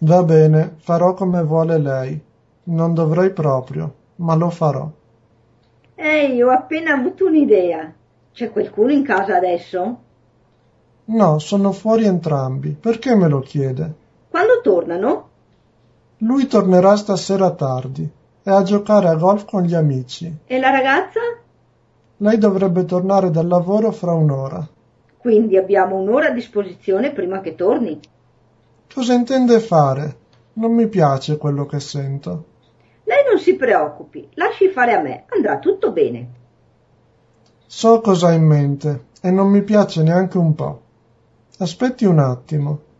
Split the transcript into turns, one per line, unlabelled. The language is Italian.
Va bene, farò come vuole lei. Non dovrei proprio, ma lo farò.
Ehi, ho appena avuto un'idea. C'è qualcuno in casa adesso?
No, sono fuori entrambi. Perché me lo chiede?
Quando tornano?
Lui tornerà stasera tardi. È a giocare a golf con gli amici.
E la ragazza?
Lei dovrebbe tornare dal lavoro fra un'ora.
Quindi abbiamo un'ora a disposizione prima che torni.
Cosa intende fare? Non mi piace quello che sento.
Lei non si preoccupi, lasci fare a me, andrà tutto bene.
So cosa ha in mente e non mi piace neanche un po'. Aspetti un attimo,